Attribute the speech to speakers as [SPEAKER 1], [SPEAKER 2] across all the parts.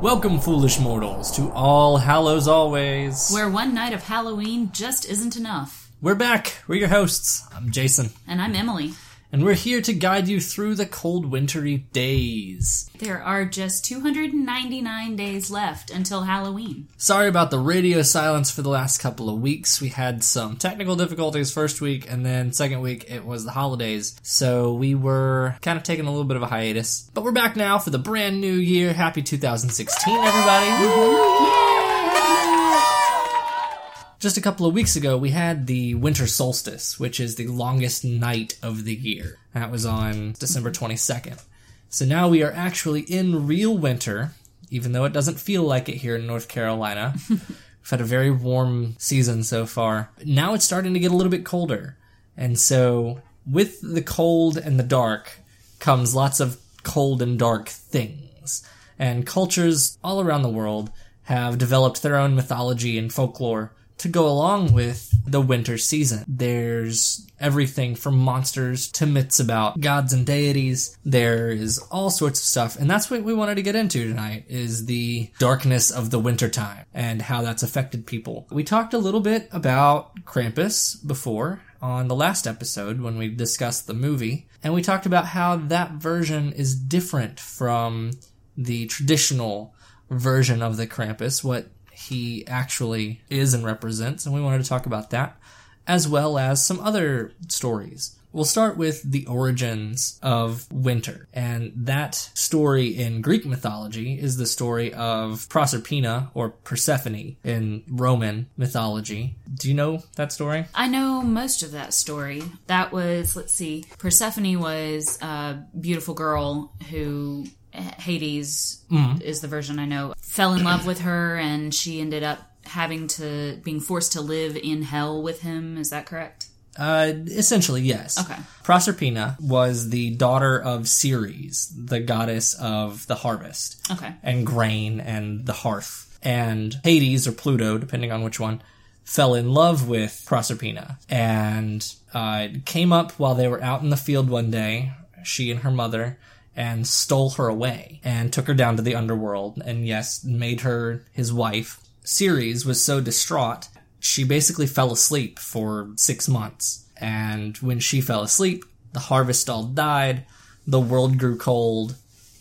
[SPEAKER 1] Welcome, foolish mortals, to All Hallows Always.
[SPEAKER 2] Where one night of Halloween just isn't enough.
[SPEAKER 1] We're back. We're your hosts. I'm Jason,
[SPEAKER 2] And I'm Emily.
[SPEAKER 1] and we're here to guide you through the cold, wintry days.
[SPEAKER 2] There are just 299 days left until Halloween.
[SPEAKER 1] Sorry about the radio silence for the last couple of weeks. We had some technical difficulties first week, and then second week it was the holidays, so we were kind of taking a little bit of a hiatus. But we're back now for the brand new year. Happy 2016, everybody! just a couple of weeks ago, we had the winter solstice, which is the longest night of the year. That was on December 22nd. So now we are actually in real winter, even though it doesn't feel like it here in North Carolina. We've had a very warm season so far. Now it's starting to get a little bit colder. And so, with the cold and the dark comes lots of cold and dark things. And cultures all around the world have developed their own mythology and folklore to go along with the winter season. There's everything from monsters to myths about gods and deities. There is all sorts of stuff, and that's what we wanted to get into tonight is the darkness of the winter time and how that's affected people. We talked a little bit about Krampus before on the last episode when we discussed the movie, and we talked about how that version is different from the traditional version of the Krampus, what he actually is and represents, and we wanted to talk about that, as well as some other stories. We'll start with the origins of winter, and that story in Greek mythology is the story of Proserpina or Persephone in Roman mythology. Do you know that story?
[SPEAKER 2] I know most of that story. That was, let's see, Persephone was a beautiful girl who Hades is the version I know, fell in love with her and she ended up having to being forced to live in hell with him. Is that correct?
[SPEAKER 1] Uh, essentially, yes.
[SPEAKER 2] Okay.
[SPEAKER 1] Proserpina was the daughter of Ceres, the goddess of the harvest.
[SPEAKER 2] Okay.
[SPEAKER 1] and grain and the hearth. And Hades or Pluto, depending on which one, fell in love with Proserpina and uh, came up while they were out in the field one day, she and her mother, and stole her away and took her down to the underworld and, yes, made her his wife. Ceres was so distraught, she basically fell asleep for six months. And when she fell asleep, the harvest all died, the world grew cold,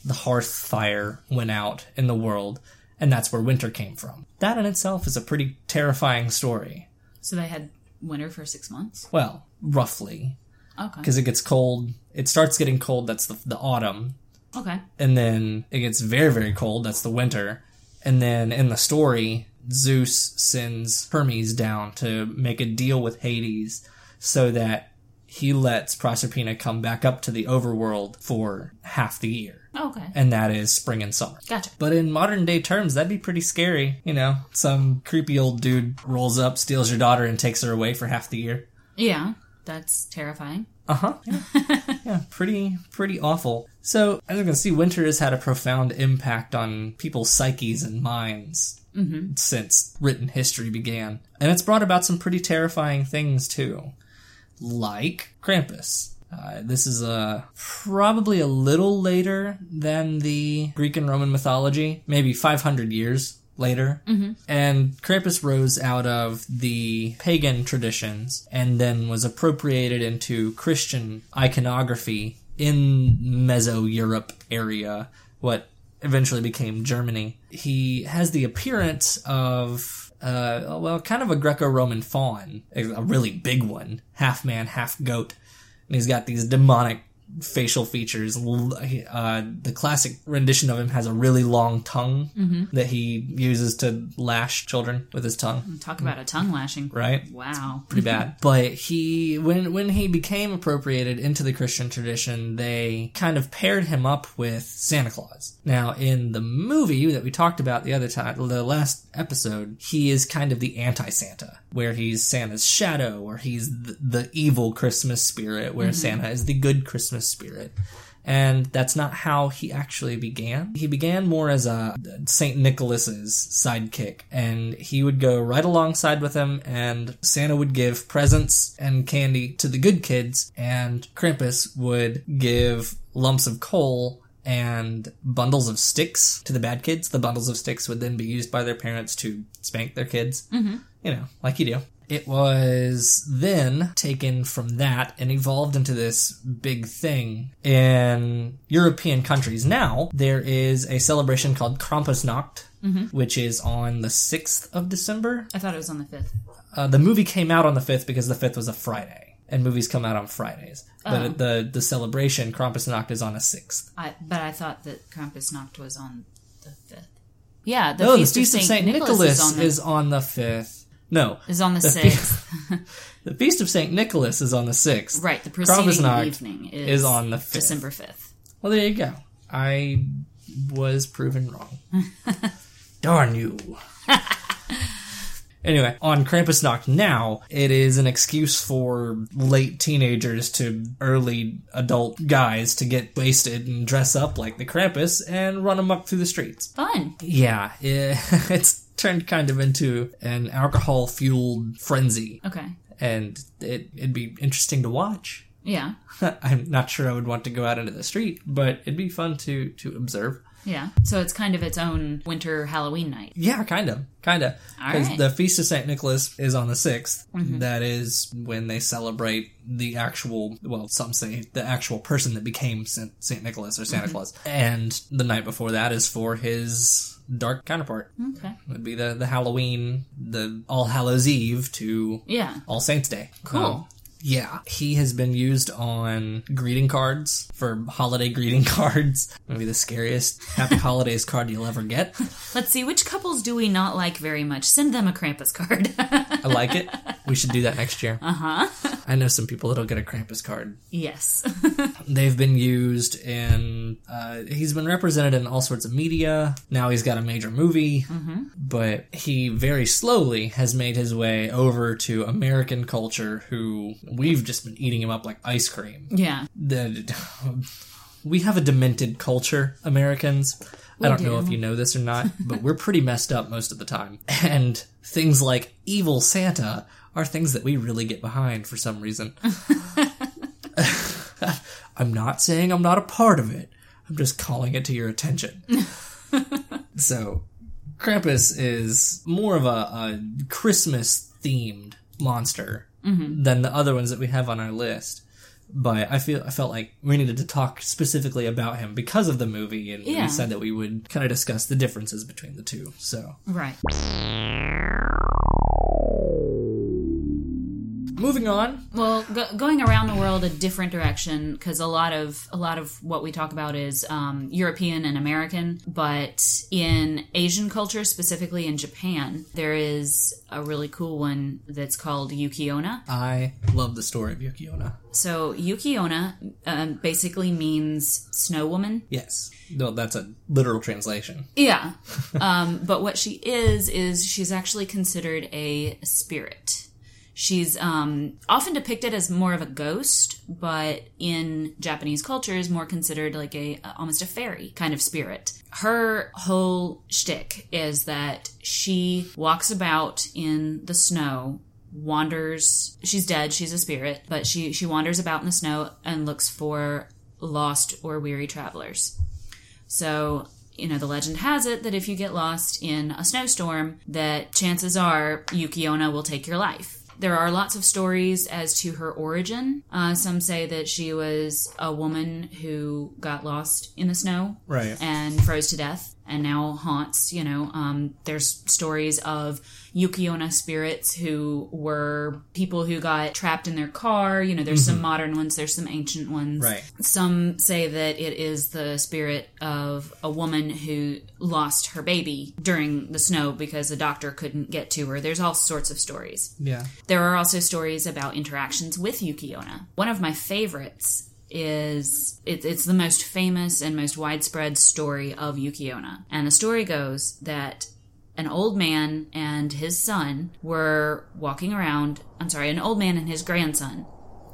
[SPEAKER 1] the hearth fire went out in the world, and that's where winter came from. That in itself is a pretty terrifying story.
[SPEAKER 2] So they had winter for six months.
[SPEAKER 1] Well, roughly,
[SPEAKER 2] Okay.
[SPEAKER 1] because it gets cold. It starts getting cold, that's the, the autumn,
[SPEAKER 2] Okay.
[SPEAKER 1] and then it gets very, very cold, that's the winter. And then in the story, Zeus sends Hermes down to make a deal with Hades so that he lets Proserpina come back up to the overworld for half the year,
[SPEAKER 2] Okay.
[SPEAKER 1] and that is spring and summer.
[SPEAKER 2] Gotcha.
[SPEAKER 1] But in modern day terms, that'd be pretty scary. You know, some creepy old dude rolls up, steals your daughter, and takes her away for half the year.
[SPEAKER 2] Yeah, that's terrifying.
[SPEAKER 1] Uh huh. Yeah. yeah, pretty, pretty awful. So, as you can see, winter has had a profound impact on people's psyches and minds since written history began. And it's brought about some pretty terrifying things, too, like Krampus. Uh, this is uh, probably a little later than the Greek and Roman mythology, maybe 500 years later. Mm-hmm. And Krampus rose out of the pagan traditions and then was appropriated into Christian iconography in Meso Europe area, what eventually became Germany. He has the appearance of, uh, well, kind of a Greco Roman faun, a a really big one, half man, half goat. And he's got these demonic facial features. L- he- Uh, the classic rendition of him has a really long tongue that he uses to lash children with his tongue,
[SPEAKER 2] Talk about a tongue lashing.
[SPEAKER 1] right?
[SPEAKER 2] Wow.
[SPEAKER 1] pretty bad. But he, when when he became appropriated into the Christian tradition, they kind of paired him up with Santa Claus. Now, in the movie that we talked about the other time, the last episode, he is kind of the anti-Santa, where he's Santa's shadow, or he's the, the evil Christmas spirit, where Santa is the good Christmas spirit. And that's not how he actually began. He began more as a St. Nicholas's sidekick, and he would go right alongside with him, and Santa would give presents and candy to the good kids, and Krampus would give lumps of coal and bundles of sticks to the bad kids. The bundles of sticks would then be used by their parents to spank their kids, mm-hmm. you know, like you do. It was then taken from that and evolved into this big thing in European countries. Now, there is a celebration called Krampusnacht,
[SPEAKER 2] Mm-hmm.
[SPEAKER 1] which is on the 6th of December.
[SPEAKER 2] I thought it was on the fifth.
[SPEAKER 1] Uh, the movie came out on the 5th because the 5th was a Friday, and movies come out on Fridays. But
[SPEAKER 2] Oh.
[SPEAKER 1] the, the celebration, Krampusnacht, is on a 6th.
[SPEAKER 2] I but I thought that Krampusnacht was on the fifth. Yeah, the
[SPEAKER 1] No, Oh,
[SPEAKER 2] feast,
[SPEAKER 1] the feast
[SPEAKER 2] of Saint Nicholas, is on the
[SPEAKER 1] is on the fifth. No,
[SPEAKER 2] is on the
[SPEAKER 1] the feast-
[SPEAKER 2] sixth.
[SPEAKER 1] the feast of Saint Nicholas is on the sixth.
[SPEAKER 2] right, the preceding
[SPEAKER 1] Krampusnacht
[SPEAKER 2] evening is,
[SPEAKER 1] is on the fifth.
[SPEAKER 2] December fifth.
[SPEAKER 1] Well, there you go. I was proven wrong. Darn you. anyway, on Krampusnacht now, it is an excuse for late teenagers to early adult guys to get wasted and dress up like the Krampus and run amok through the streets.
[SPEAKER 2] Fun.
[SPEAKER 1] Yeah, it, it's turned kind of into an alcohol fueled frenzy,
[SPEAKER 2] Okay.
[SPEAKER 1] and it, it'd be interesting to watch.
[SPEAKER 2] Yeah.
[SPEAKER 1] I'm not sure I would want to go out into the street, but it'd be fun to to observe.
[SPEAKER 2] Yeah. So it's kind of its own winter Halloween night.
[SPEAKER 1] Yeah, kind of, kind of. Because
[SPEAKER 2] Alright.
[SPEAKER 1] the Feast of Saint Nicholas is on the 6th That is when they celebrate the actual, well, some say the actual person that became Saint, Saint Nicholas or Santa Claus, and the night before that is for his dark counterpart.
[SPEAKER 2] Okay.
[SPEAKER 1] would be the the Halloween, the All Hallows Eve to
[SPEAKER 2] Yeah.
[SPEAKER 1] All Saints Day. Um,
[SPEAKER 2] Cool.
[SPEAKER 1] yeah, he has been used on greeting cards for holiday greeting cards. Maybe the scariest Happy Holidays card you'll ever get.
[SPEAKER 2] Let's see which couples do we not like very much. Send them a Krampus card.
[SPEAKER 1] I like it. We should do that next year. Uh huh. I know some people that'll get a Krampus card.
[SPEAKER 2] yes.
[SPEAKER 1] They've been used in. Uh, he's been represented in all sorts of media. Now he's got a major movie, but he very slowly has made his way over to American culture. Who we've just been eating him up like ice cream.
[SPEAKER 2] yeah.
[SPEAKER 1] The we have a demented culture, Americans. I don't know
[SPEAKER 2] do.
[SPEAKER 1] if you know this or not, but we're pretty messed up most of the time. And things like evil Santa are things that we really get behind for some reason. I'm not saying I'm not a part of it. I'm just calling it to your attention. so, Krampus is more of a, a Christmas themed monster than the other ones that we have on our list. But I feel I felt like we needed to talk specifically about him because of the movie, and
[SPEAKER 2] Yeah.
[SPEAKER 1] we said that we would kind of discuss the differences between the two. So,
[SPEAKER 2] Right.
[SPEAKER 1] moving on.
[SPEAKER 2] Well, go- going around the world a different direction because a lot of a lot of what we talk about is um, European and American, but in Asian culture, specifically in Japan, there is a really cool one that's called Yukiona.
[SPEAKER 1] I love the story of Yukiona.
[SPEAKER 2] So Yukiona um, basically means snow woman.
[SPEAKER 1] Yes, no, that's a literal translation.
[SPEAKER 2] Yeah, um, but what she is is she's actually considered a spirit. She's um, often depicted as more of a ghost, but in Japanese culture is more considered like a almost a fairy kind of spirit. Her whole shtick is that she walks about in the snow wanders she's dead she's a spirit but she she wanders about in the snow and looks for lost or weary travelers so you know the legend has it that if you get lost in a snowstorm that chances are yukiona will take your life there are lots of stories as to her origin uh, some say that she was a woman who got lost in the snow
[SPEAKER 1] Right.
[SPEAKER 2] and froze to death and now haunts you know um, there's stories of yukiona spirits who were people who got trapped in their car you know there's some modern ones there's some ancient ones
[SPEAKER 1] Mm-hmm. Right.
[SPEAKER 2] some say that it is the spirit of a woman who lost her baby during the snow because a doctor couldn't get to her there's all sorts of stories
[SPEAKER 1] Yeah.
[SPEAKER 2] there are also stories about interactions with Yukiona. One of my favorites is it, it's the most famous and most widespread story of Yukiona. And the story goes that an old man and his son were walking around, I'm sorry, an old man and his grandson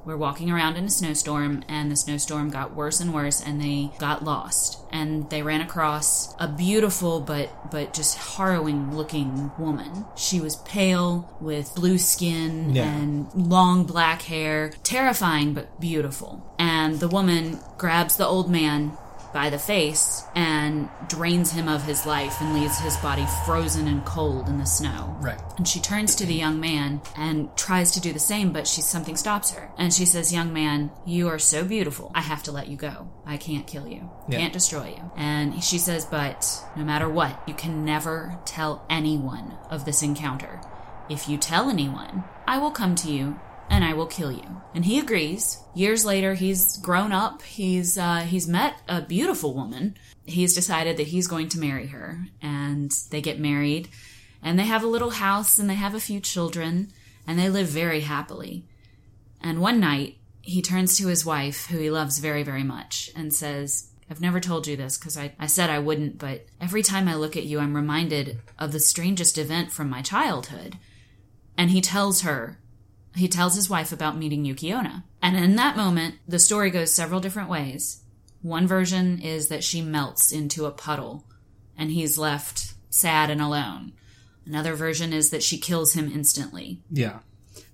[SPEAKER 2] were walking around in a snowstorm and the snowstorm got worse and worse and they got lost and they ran across a beautiful but but just harrowing looking woman she was pale with blue skin
[SPEAKER 1] Yeah.
[SPEAKER 2] and long black hair terrifying but beautiful and the woman grabs the old man by the face and drains him of his life and leaves his body frozen and cold in the snow.
[SPEAKER 1] Right.
[SPEAKER 2] And she turns to the young man and tries to do the same, but she something stops her. And she says, "Young man, you are so beautiful. I have to let you go. I can't kill you.
[SPEAKER 1] Yeah.
[SPEAKER 2] Can't destroy you." And she says, "But no matter what, you can never tell anyone of this encounter. If you tell anyone, I will come to you and I will kill you." And he agrees. Years later, he's grown up. He's uh, he's met a beautiful woman. He's decided that he's going to marry her, and they get married and they have a little house and they have a few children and they live very happily. And one night, he turns to his wife, who he loves very, very much, and says, I've never told you this because I, I said I wouldn't, but every time I look at you, I'm reminded of the strangest event from my childhood. And he tells her, he tells his wife about meeting Yukiona. And in that moment, the story goes several different ways. One version is that she melts into a puddle and he's left sad and alone. Another version is that she kills him instantly.
[SPEAKER 1] Yeah.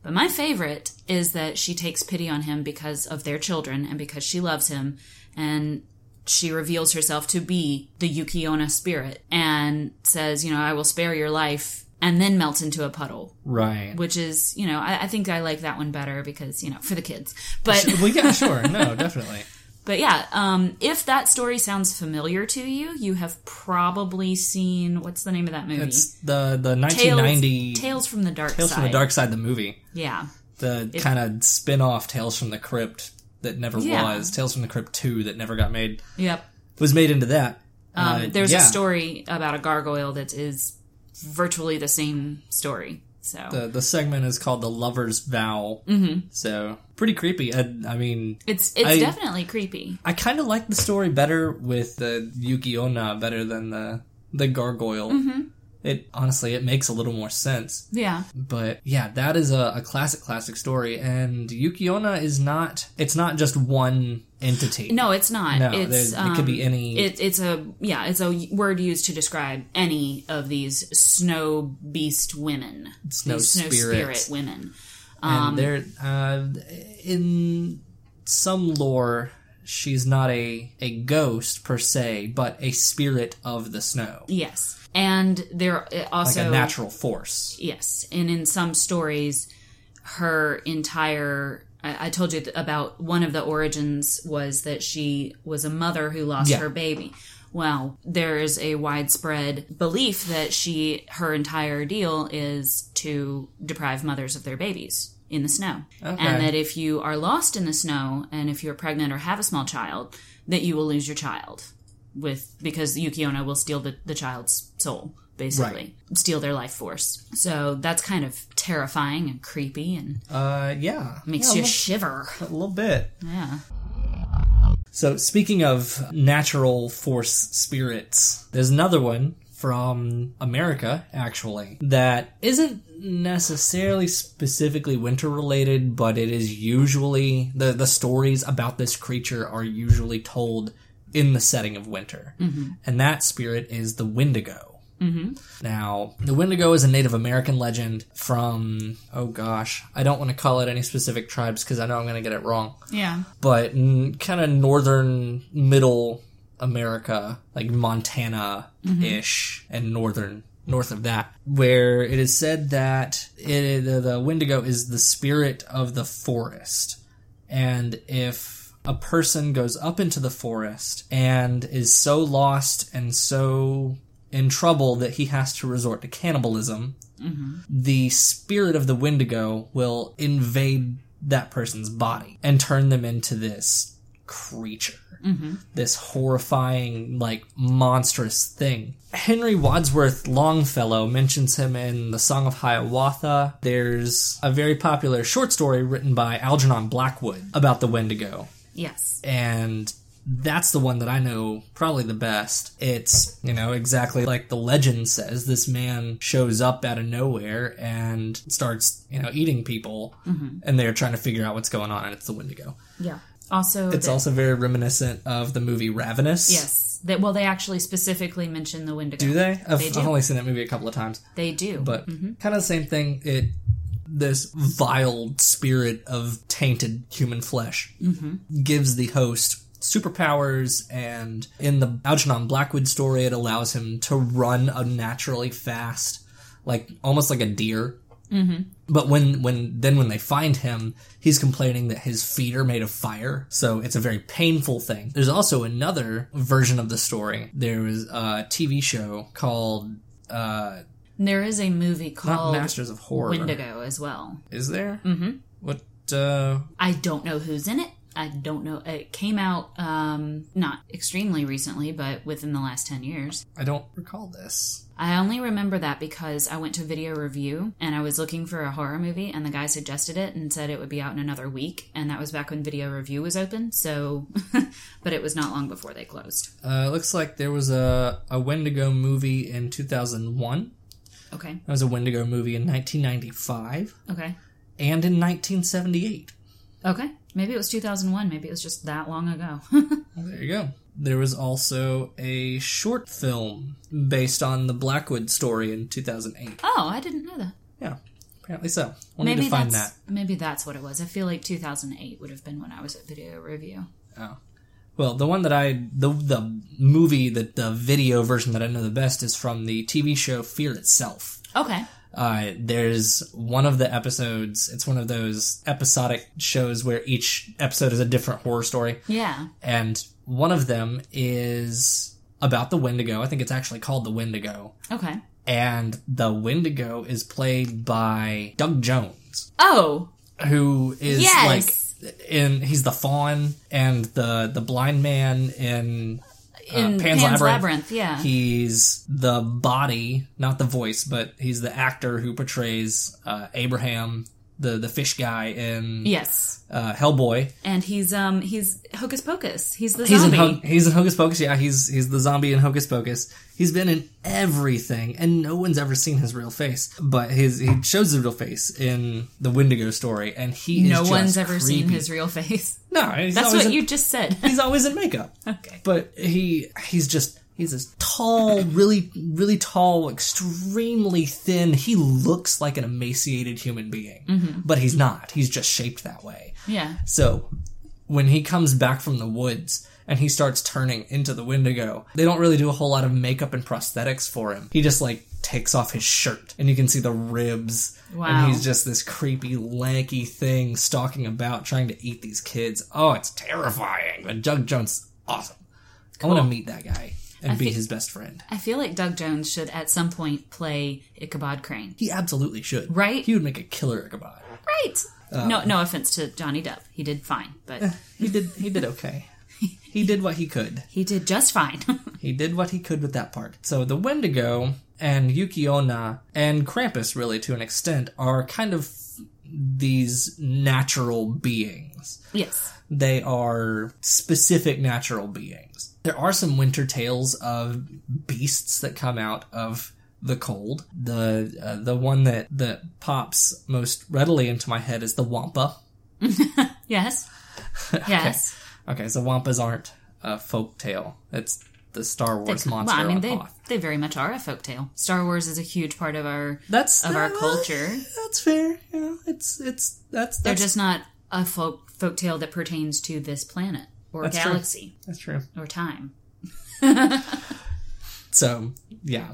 [SPEAKER 2] But my favorite is that she takes pity on him because of their children and because she loves him and she reveals herself to be the Yukiona spirit and says, you know, I will spare your life and then melts into a puddle,
[SPEAKER 1] Right.
[SPEAKER 2] which is, you know, I, I think I like that one better because, you know, for the kids. But
[SPEAKER 1] well, yeah, sure. No, definitely.
[SPEAKER 2] but yeah, um, if that story sounds familiar to you, you have probably seen what's the name of that movie?
[SPEAKER 1] It's the the
[SPEAKER 2] Tales,
[SPEAKER 1] 1990 Tales,
[SPEAKER 2] Tales from the Dark Side.
[SPEAKER 1] from the Dark Side, the movie,
[SPEAKER 2] Yeah.
[SPEAKER 1] the kind of spin off Tales from the Crypt that never
[SPEAKER 2] Yeah.
[SPEAKER 1] was, Tales from the Crypt two that never got made
[SPEAKER 2] Yep.
[SPEAKER 1] was made into that.
[SPEAKER 2] Um,
[SPEAKER 1] Uh,
[SPEAKER 2] there's
[SPEAKER 1] yeah.
[SPEAKER 2] a story about a gargoyle that is virtually the same story. So
[SPEAKER 1] The, the segment is called the Lover's Vow. Mm-hmm. So pretty creepy. I, I mean,
[SPEAKER 2] it's it's
[SPEAKER 1] I-
[SPEAKER 2] definitely creepy.
[SPEAKER 1] I kind of like the story better with the Yukiona better than the the gargoyle.
[SPEAKER 2] Mm-hmm.
[SPEAKER 1] It honestly it makes a little more sense.
[SPEAKER 2] Yeah.
[SPEAKER 1] But yeah, that is a, a classic classic story, and Yukiona is not. It's not just one entity.
[SPEAKER 2] No, it's not.
[SPEAKER 1] No,
[SPEAKER 2] it's
[SPEAKER 1] there's- it could be
[SPEAKER 2] um,
[SPEAKER 1] any-
[SPEAKER 2] It, it's a yeah. It's a word used to describe any of these snow beast women,
[SPEAKER 1] Snow
[SPEAKER 2] These
[SPEAKER 1] spirits.
[SPEAKER 2] spirit women.
[SPEAKER 1] and
[SPEAKER 2] um,
[SPEAKER 1] there uh, in some lore. She's not a, a ghost per se, but a spirit of the snow,
[SPEAKER 2] Yes, and there it
[SPEAKER 1] like
[SPEAKER 2] also
[SPEAKER 1] a natural force.
[SPEAKER 2] Yes, and in some stories, her entire. I, I told you th- about one of the origins was that she was a mother who lost
[SPEAKER 1] Yeah.
[SPEAKER 2] her baby. Well, there is a widespread belief that she her entire deal is to deprive mothers of their babies in the snow,
[SPEAKER 1] Okay.
[SPEAKER 2] and that if you are lost in the snow and if you're pregnant or have a small child, that you will lose your child with because Yukiona will steal the, the child's soul, basically. Steal their life force. So that's kind of terrifying and creepy and
[SPEAKER 1] Uh, yeah,
[SPEAKER 2] makes
[SPEAKER 1] Yeah,
[SPEAKER 2] you shiver.
[SPEAKER 1] a little- a little bit.
[SPEAKER 2] Yeah.
[SPEAKER 1] So, speaking of natural force spirits, there's another one from America, actually, that isn't necessarily specifically winter related, but it is usually the, the stories about this creature are usually told in the setting of winter. And that spirit is the Wendigo. Now, the Wendigo is a Native American legend from, oh gosh, I don't want to call it any specific tribes because I know I'm going to get it wrong
[SPEAKER 2] Yeah.
[SPEAKER 1] but n- kind of northern middle America, like Montana ish, and northern north of that, where it is said that it, the, the Wendigo is the spirit of the forest, and if a person goes up into the forest and is so lost and so in trouble that he has to resort to cannibalism, the spirit of the Wendigo will invade that person's body and turn them into this creature, this horrifying, like monstrous thing. Henry Wadsworth Longfellow mentions him in the Song of Hiawatha. There's a very popular short story written by Algernon Blackwood about the Wendigo
[SPEAKER 2] Yes.
[SPEAKER 1] and that's the one that I know probably the best. It's, you know, exactly like the legend says this man shows up out of nowhere and starts, you know, eating people,
[SPEAKER 2] Mm-hmm.
[SPEAKER 1] and they're trying to figure out what's going on, and it's the Wendigo.
[SPEAKER 2] Yeah. Also
[SPEAKER 1] It's
[SPEAKER 2] that-
[SPEAKER 1] also very reminiscent of the movie Ravenous.
[SPEAKER 2] Yes. That well they actually specifically mention the Wendigo.
[SPEAKER 1] Do they? I've,
[SPEAKER 2] They do.
[SPEAKER 1] I've only seen that movie a couple of times.
[SPEAKER 2] They do.
[SPEAKER 1] but kind of the same thing. It this vile spirit of tainted human flesh gives the host superpowers, and in the Algernon Blackwood story, it allows him to run unnaturally fast, like almost like a deer. Mm-hmm. But when when then when they find him, he's complaining that his feet are made of fire, so it's a very painful thing. There's also another version of the story. There was a TV show called. Uh,
[SPEAKER 2] There is a movie
[SPEAKER 1] not
[SPEAKER 2] called
[SPEAKER 1] Masters of Horror.
[SPEAKER 2] Wendigo Mm. as well.
[SPEAKER 1] Is there? Mm-hmm. What? Uh,
[SPEAKER 2] I don't know who's in it. I don't know. It came out um, not extremely recently, but within the last 10 years.
[SPEAKER 1] I don't recall this.
[SPEAKER 2] I only remember that because I went to video review and I was looking for a horror movie, and the guy suggested it and said it would be out in another week. And that was back when video review was open. So, but it was not long before they closed.
[SPEAKER 1] Uh, it looks like there was a, a Wendigo movie in 2001.
[SPEAKER 2] Okay.
[SPEAKER 1] There was a Wendigo movie in 1995
[SPEAKER 2] Okay.
[SPEAKER 1] and in 1978.
[SPEAKER 2] Okay. Maybe it was 2001. Maybe it was just that long ago.
[SPEAKER 1] Well, there you go. There was also a short film based on the Blackwood story in 2008.
[SPEAKER 2] oh, I didn't know that.
[SPEAKER 1] Yeah, apparently so. We'll
[SPEAKER 2] maybe
[SPEAKER 1] need to find that.
[SPEAKER 2] that's maybe that's what it was. I feel like 2008 would have been when I was at video review.
[SPEAKER 1] Well, the one that I the the movie that the video version that I know the best is from the TV show Fear Itself.
[SPEAKER 2] Okay.
[SPEAKER 1] Uh, there's one of the episodes. It's one of those episodic shows where each episode is a different horror story,
[SPEAKER 2] Yeah.
[SPEAKER 1] and one of them is about the Wendigo. I think it's actually called the Wendigo,
[SPEAKER 2] Okay.
[SPEAKER 1] and the Wendigo is played by Doug Jones,
[SPEAKER 2] Oh,
[SPEAKER 1] who is
[SPEAKER 2] Yes.
[SPEAKER 1] like in he's the fawn and the the blind man in. uh,
[SPEAKER 2] in Pan's, Labyrinth. Yeah.
[SPEAKER 1] He's the body, not the voice, but he's the actor who portrays uh, Abraham, the the fish guy in
[SPEAKER 2] yes.
[SPEAKER 1] uh, Hellboy.
[SPEAKER 2] And he's um he's Hocus Pocus. He's the
[SPEAKER 1] He's in
[SPEAKER 2] zombie.
[SPEAKER 1] Ho- he's in Hocus Pocus. Yeah, he's he's the zombie in Hocus Pocus. He's been in everything, and no one's ever seen his real face. But his he shows his real face in the Wendigo story, and he is
[SPEAKER 2] no
[SPEAKER 1] just
[SPEAKER 2] one's ever seen
[SPEAKER 1] creepy.
[SPEAKER 2] his real face.
[SPEAKER 1] No, he's
[SPEAKER 2] That's
[SPEAKER 1] always
[SPEAKER 2] what
[SPEAKER 1] in-
[SPEAKER 2] you just said.
[SPEAKER 1] he's always in makeup.
[SPEAKER 2] okay.
[SPEAKER 1] but he he's just he's this tall really really tall extremely thin he looks like an emaciated human being but he's not he's just shaped that way
[SPEAKER 2] Mm-hmm. Yeah.
[SPEAKER 1] so when he comes back from the woods and he starts turning into the Wendigo, they don't really do a whole lot of makeup and prosthetics for him. He just like takes off his shirt and you can see the ribs.
[SPEAKER 2] Wow.
[SPEAKER 1] And he's just this creepy, lanky thing stalking about trying to eat these kids. Oh, it's terrifying. But Doug Jones is awesome. I want to meet that guy and be
[SPEAKER 2] think-
[SPEAKER 1] his best friend.
[SPEAKER 2] I feel like Doug Jones should at some point play Ichabod Crane.
[SPEAKER 1] He absolutely should.
[SPEAKER 2] Right?
[SPEAKER 1] He would make a killer Ichabod.
[SPEAKER 2] Right.
[SPEAKER 1] Uh,
[SPEAKER 2] no no offense to Johnny Depp. He did fine, but
[SPEAKER 1] He did he did okay. he did what he could.
[SPEAKER 2] he did just fine.
[SPEAKER 1] He did what he could with that part. So the Wendigo and Yukiona and Krampus, really, to an extent, are kind of these natural beings.
[SPEAKER 2] yes.
[SPEAKER 1] They are specific natural beings. There are some winter tales of beasts that come out of the cold. The uh, the one that that pops most readily into my head is the Wampa.
[SPEAKER 2] Yes. Yes.
[SPEAKER 1] Okay, so Wampas aren't a folk tale. It's the Star Wars monster.
[SPEAKER 2] Well, I mean,
[SPEAKER 1] on
[SPEAKER 2] they
[SPEAKER 1] Hoth.
[SPEAKER 2] they very much are a folktale. Star Wars is a huge part of our
[SPEAKER 1] that's
[SPEAKER 2] of our
[SPEAKER 1] uh,
[SPEAKER 2] culture.
[SPEAKER 1] That's fair. You know, it's it's that's
[SPEAKER 2] They're
[SPEAKER 1] that's,
[SPEAKER 2] just not a folk folktale that pertains to this planet or
[SPEAKER 1] That's true.
[SPEAKER 2] galaxy
[SPEAKER 1] that's true.
[SPEAKER 2] or time.
[SPEAKER 1] So yeah,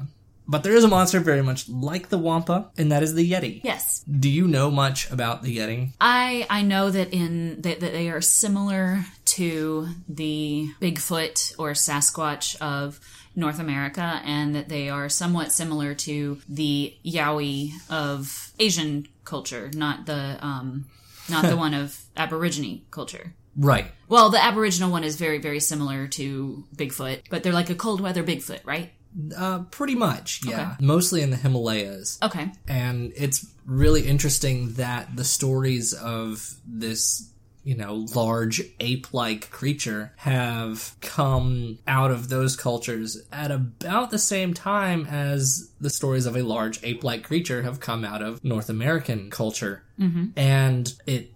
[SPEAKER 1] but there is a monster very much like the Wampa, and that is the Yeti.
[SPEAKER 2] Yes,
[SPEAKER 1] Do you know much about the Yeti?
[SPEAKER 2] I I know that in that, that they are similar to the Bigfoot or Sasquatch of North America, and that they are somewhat similar to the Yowie of Asian culture, not the um, not the one of Aborigine culture.
[SPEAKER 1] Right.
[SPEAKER 2] Well, the Aboriginal one is very very similar to Bigfoot, but they're like a cold weather Bigfoot, right?
[SPEAKER 1] Uh, pretty much. Yeah. Mostly in the Himalayas,
[SPEAKER 2] Okay,
[SPEAKER 1] and it's really interesting that the stories of this. You know, large ape like creature have come out of those cultures at about the same time as the stories of a large ape like creature have come out of North American culture.
[SPEAKER 2] Mm-hmm.
[SPEAKER 1] and it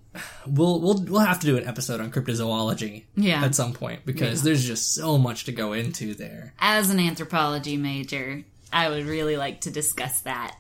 [SPEAKER 1] we'll we'll we'll have to do an episode on cryptozoology
[SPEAKER 2] Yeah.
[SPEAKER 1] at some point because there's just so much to go into there.
[SPEAKER 2] as an anthropology major, I would really like to discuss that.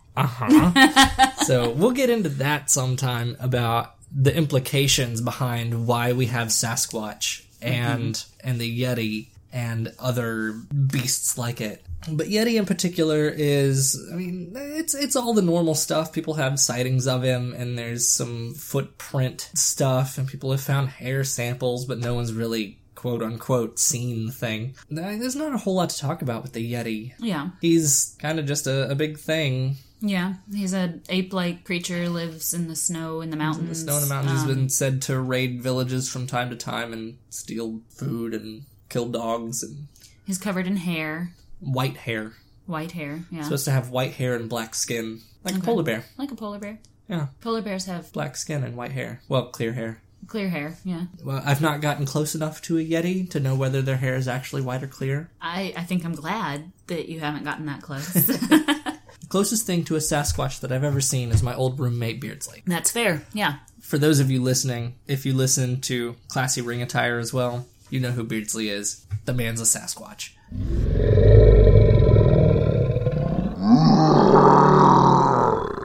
[SPEAKER 1] so we'll get into that sometime about the implications behind why we have Sasquatch and and the Yeti and other beasts like it. But Yeti in particular is, I mean, it's it's all the normal stuff. People have sightings of him, and there's some footprint stuff, and people have found hair samples, but no one's really quote unquote seen the thing. There's not a whole lot to talk about with the Yeti.
[SPEAKER 2] Yeah.
[SPEAKER 1] He's kind of just a, a big thing
[SPEAKER 2] Yeah. He's an ape like creature, lives in the snow in the mountains.
[SPEAKER 1] The snow in the mountains has been said to raid villages from time to time and steal food and kill dogs and
[SPEAKER 2] He's covered in hair,
[SPEAKER 1] white hair.
[SPEAKER 2] white hair. Yeah.
[SPEAKER 1] Supposed to have white hair and black skin, like a polar bear.
[SPEAKER 2] like a polar bear.
[SPEAKER 1] Yeah,
[SPEAKER 2] Polar bears have
[SPEAKER 1] black skin and white hair. Well, clear hair.
[SPEAKER 2] clear hair. Yeah.
[SPEAKER 1] Well, I've not gotten close enough to a yeti to know whether their hair is actually white or clear.
[SPEAKER 2] I, I think I'm glad that you haven't gotten that close.
[SPEAKER 1] The closest thing to a Sasquatch that I've ever seen is my old roommate Beardsley.
[SPEAKER 2] That's fair. Yeah.
[SPEAKER 1] For those of you listening, if you listen to Classy Ring Attire as well, you know who Beardsley is. The man's a Sasquatch.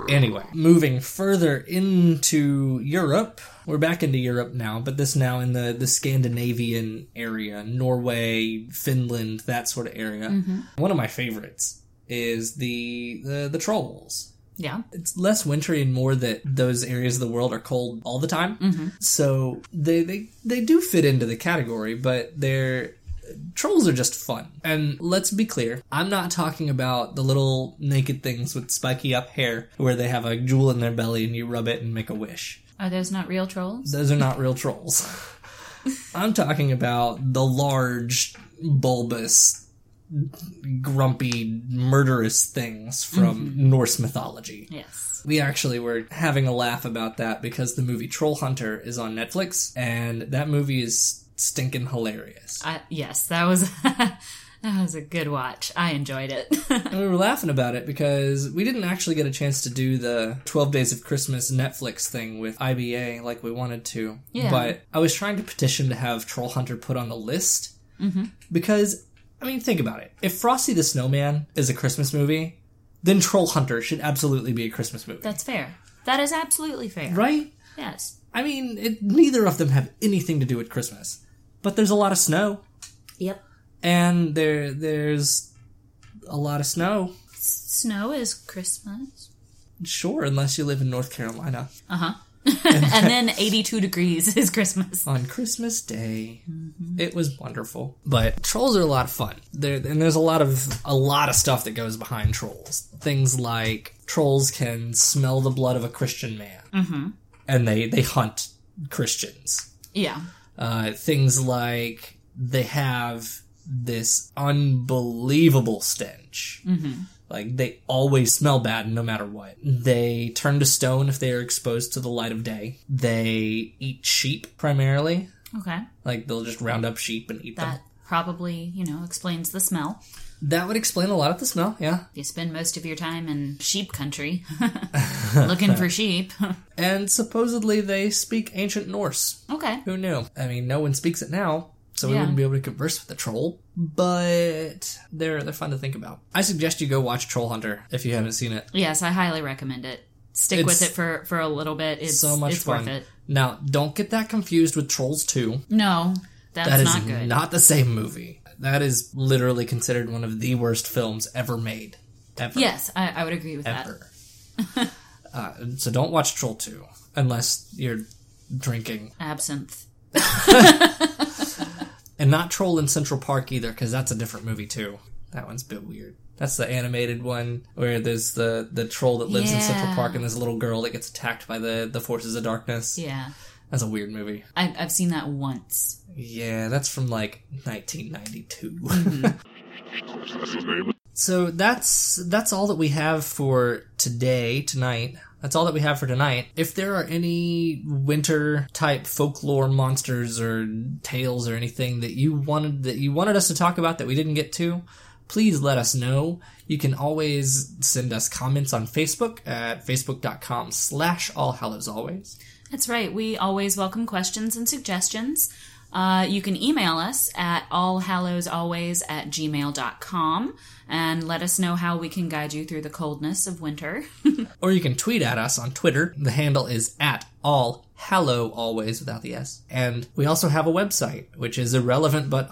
[SPEAKER 1] Anyway, moving further into Europe, we're back into Europe now, but this now in the, the Scandinavian area, Norway, Finland, that sort of area. One of my favorites is the the, the trolls.
[SPEAKER 2] Yeah.
[SPEAKER 1] It's less wintry and more that those areas of the world are cold all the time. So they, they they do fit into the category, but they're trolls are just fun. And let's be clear, I'm not talking about the little naked things with spiky up hair where they have a jewel in their belly and you rub it and make a wish.
[SPEAKER 2] Are those not real trolls?
[SPEAKER 1] Those are not real trolls. I'm talking about the large, bulbous, grumpy, murderous things from Norse mythology.
[SPEAKER 2] Yes.
[SPEAKER 1] We actually were having a laugh about that because the movie Troll Hunter is on Netflix, and that movie is stinking hilarious.
[SPEAKER 2] I, yes. That was that was a good watch. I enjoyed it.
[SPEAKER 1] And we were laughing about it because we didn't actually get a chance to do the 12 Days of Christmas Netflix thing with IBA like we wanted to.
[SPEAKER 2] Yeah.
[SPEAKER 1] But I was trying to petition to have Troll Hunter put on the list because, I mean, think about it. If Frosty the Snowman is a Christmas movie, then Troll Hunter should absolutely be a Christmas movie.
[SPEAKER 2] That's fair. That is absolutely fair.
[SPEAKER 1] right?
[SPEAKER 2] Yes.
[SPEAKER 1] I mean, it, neither of them have anything to do with Christmas, but there's a lot of snow,
[SPEAKER 2] Yep.
[SPEAKER 1] and there there's a lot of snow.
[SPEAKER 2] Snow is Christmas.
[SPEAKER 1] Sure, unless you live in North Carolina
[SPEAKER 2] and then 82 degrees is Christmas.
[SPEAKER 1] on Christmas Day, it was wonderful. But trolls are a lot of fun. There and there's a lot of a lot of stuff that goes behind trolls. Things like trolls can smell the blood of a Christian man, and they they hunt Christians.
[SPEAKER 2] Yeah.
[SPEAKER 1] uh, things like they have this unbelievable stench. Like they always smell bad no matter what. They turn to stone if they are exposed to the light of day. They eat sheep primarily.
[SPEAKER 2] Okay.
[SPEAKER 1] Like they'll just round up sheep and eat
[SPEAKER 2] That
[SPEAKER 1] them.
[SPEAKER 2] probably, you know, explains the smell.
[SPEAKER 1] That would explain a lot of the smell, yeah.
[SPEAKER 2] You spend most of your time in sheep country looking for sheep.
[SPEAKER 1] And supposedly they speak ancient Norse.
[SPEAKER 2] okay.
[SPEAKER 1] Who knew? I mean, no one speaks it now, so we
[SPEAKER 2] Yeah.
[SPEAKER 1] wouldn't be able to converse with the troll. But they're they're fun to think about. I suggest you go watch Troll Hunter if you haven't seen it.
[SPEAKER 2] Yes, I highly recommend it. Stick
[SPEAKER 1] It's
[SPEAKER 2] with it for, for a little bit. It's
[SPEAKER 1] So much
[SPEAKER 2] it's
[SPEAKER 1] fun.
[SPEAKER 2] worth it.
[SPEAKER 1] Now, don't get that confused with Trolls Two.
[SPEAKER 2] No, that's
[SPEAKER 1] That is
[SPEAKER 2] not good.
[SPEAKER 1] not the same movie. That is literally considered one of the worst films ever made. Ever.
[SPEAKER 2] yes, I, I would agree with that.
[SPEAKER 1] Ever. uh, so don't watch Troll Two unless you're drinking,
[SPEAKER 2] Absinthe.
[SPEAKER 1] and not Troll in Central Park either, because that's a different movie too. That one's a bit weird. That's the animated one where there's the the troll that lives in Central
[SPEAKER 2] Yeah.
[SPEAKER 1] Park and there's a little girl that gets attacked by the the forces of darkness.
[SPEAKER 2] Yeah.
[SPEAKER 1] That's a weird movie.
[SPEAKER 2] I, I've seen that once.
[SPEAKER 1] Yeah, that's from like 1992. so that's that's all that we have for today tonight. That's all that we have for tonight. If there are any winter type folklore monsters or tales or anything that you wanted that you wanted us to talk about that we didn't get to, please let us know. You can always send us comments on Facebook at facebook.com slash all hallows always.
[SPEAKER 2] That's right. We always welcome questions and suggestions. Uh, you can email us at allhallowsalways at gmail.com and let us know how we can guide you through the coldness of winter.
[SPEAKER 1] or you can tweet at us on Twitter. The handle is at all hallow always without the s and we also have a website which is irrelevant but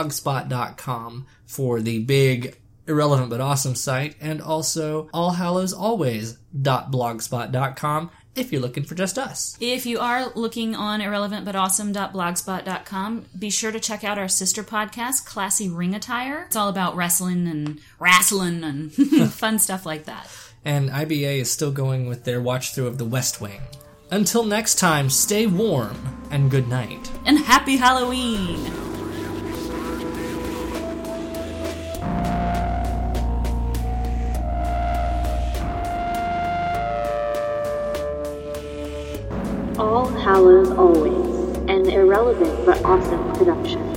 [SPEAKER 1] awesome.blogspot.com for the big irrelevant but awesome site and also all hallows always.blogspot.com if you're looking for just us
[SPEAKER 2] If you are looking on irrelevantbutawesome.blogspot.com, be sure to check out our sister podcast, Classy Ring Attire. It's all about wrestling and wrestling and fun stuff like that.
[SPEAKER 1] and iba is still going with their watch through of the west wing until next time stay warm and good night
[SPEAKER 2] And happy Halloween!
[SPEAKER 3] All Hallows Always, an irrelevant but awesome production.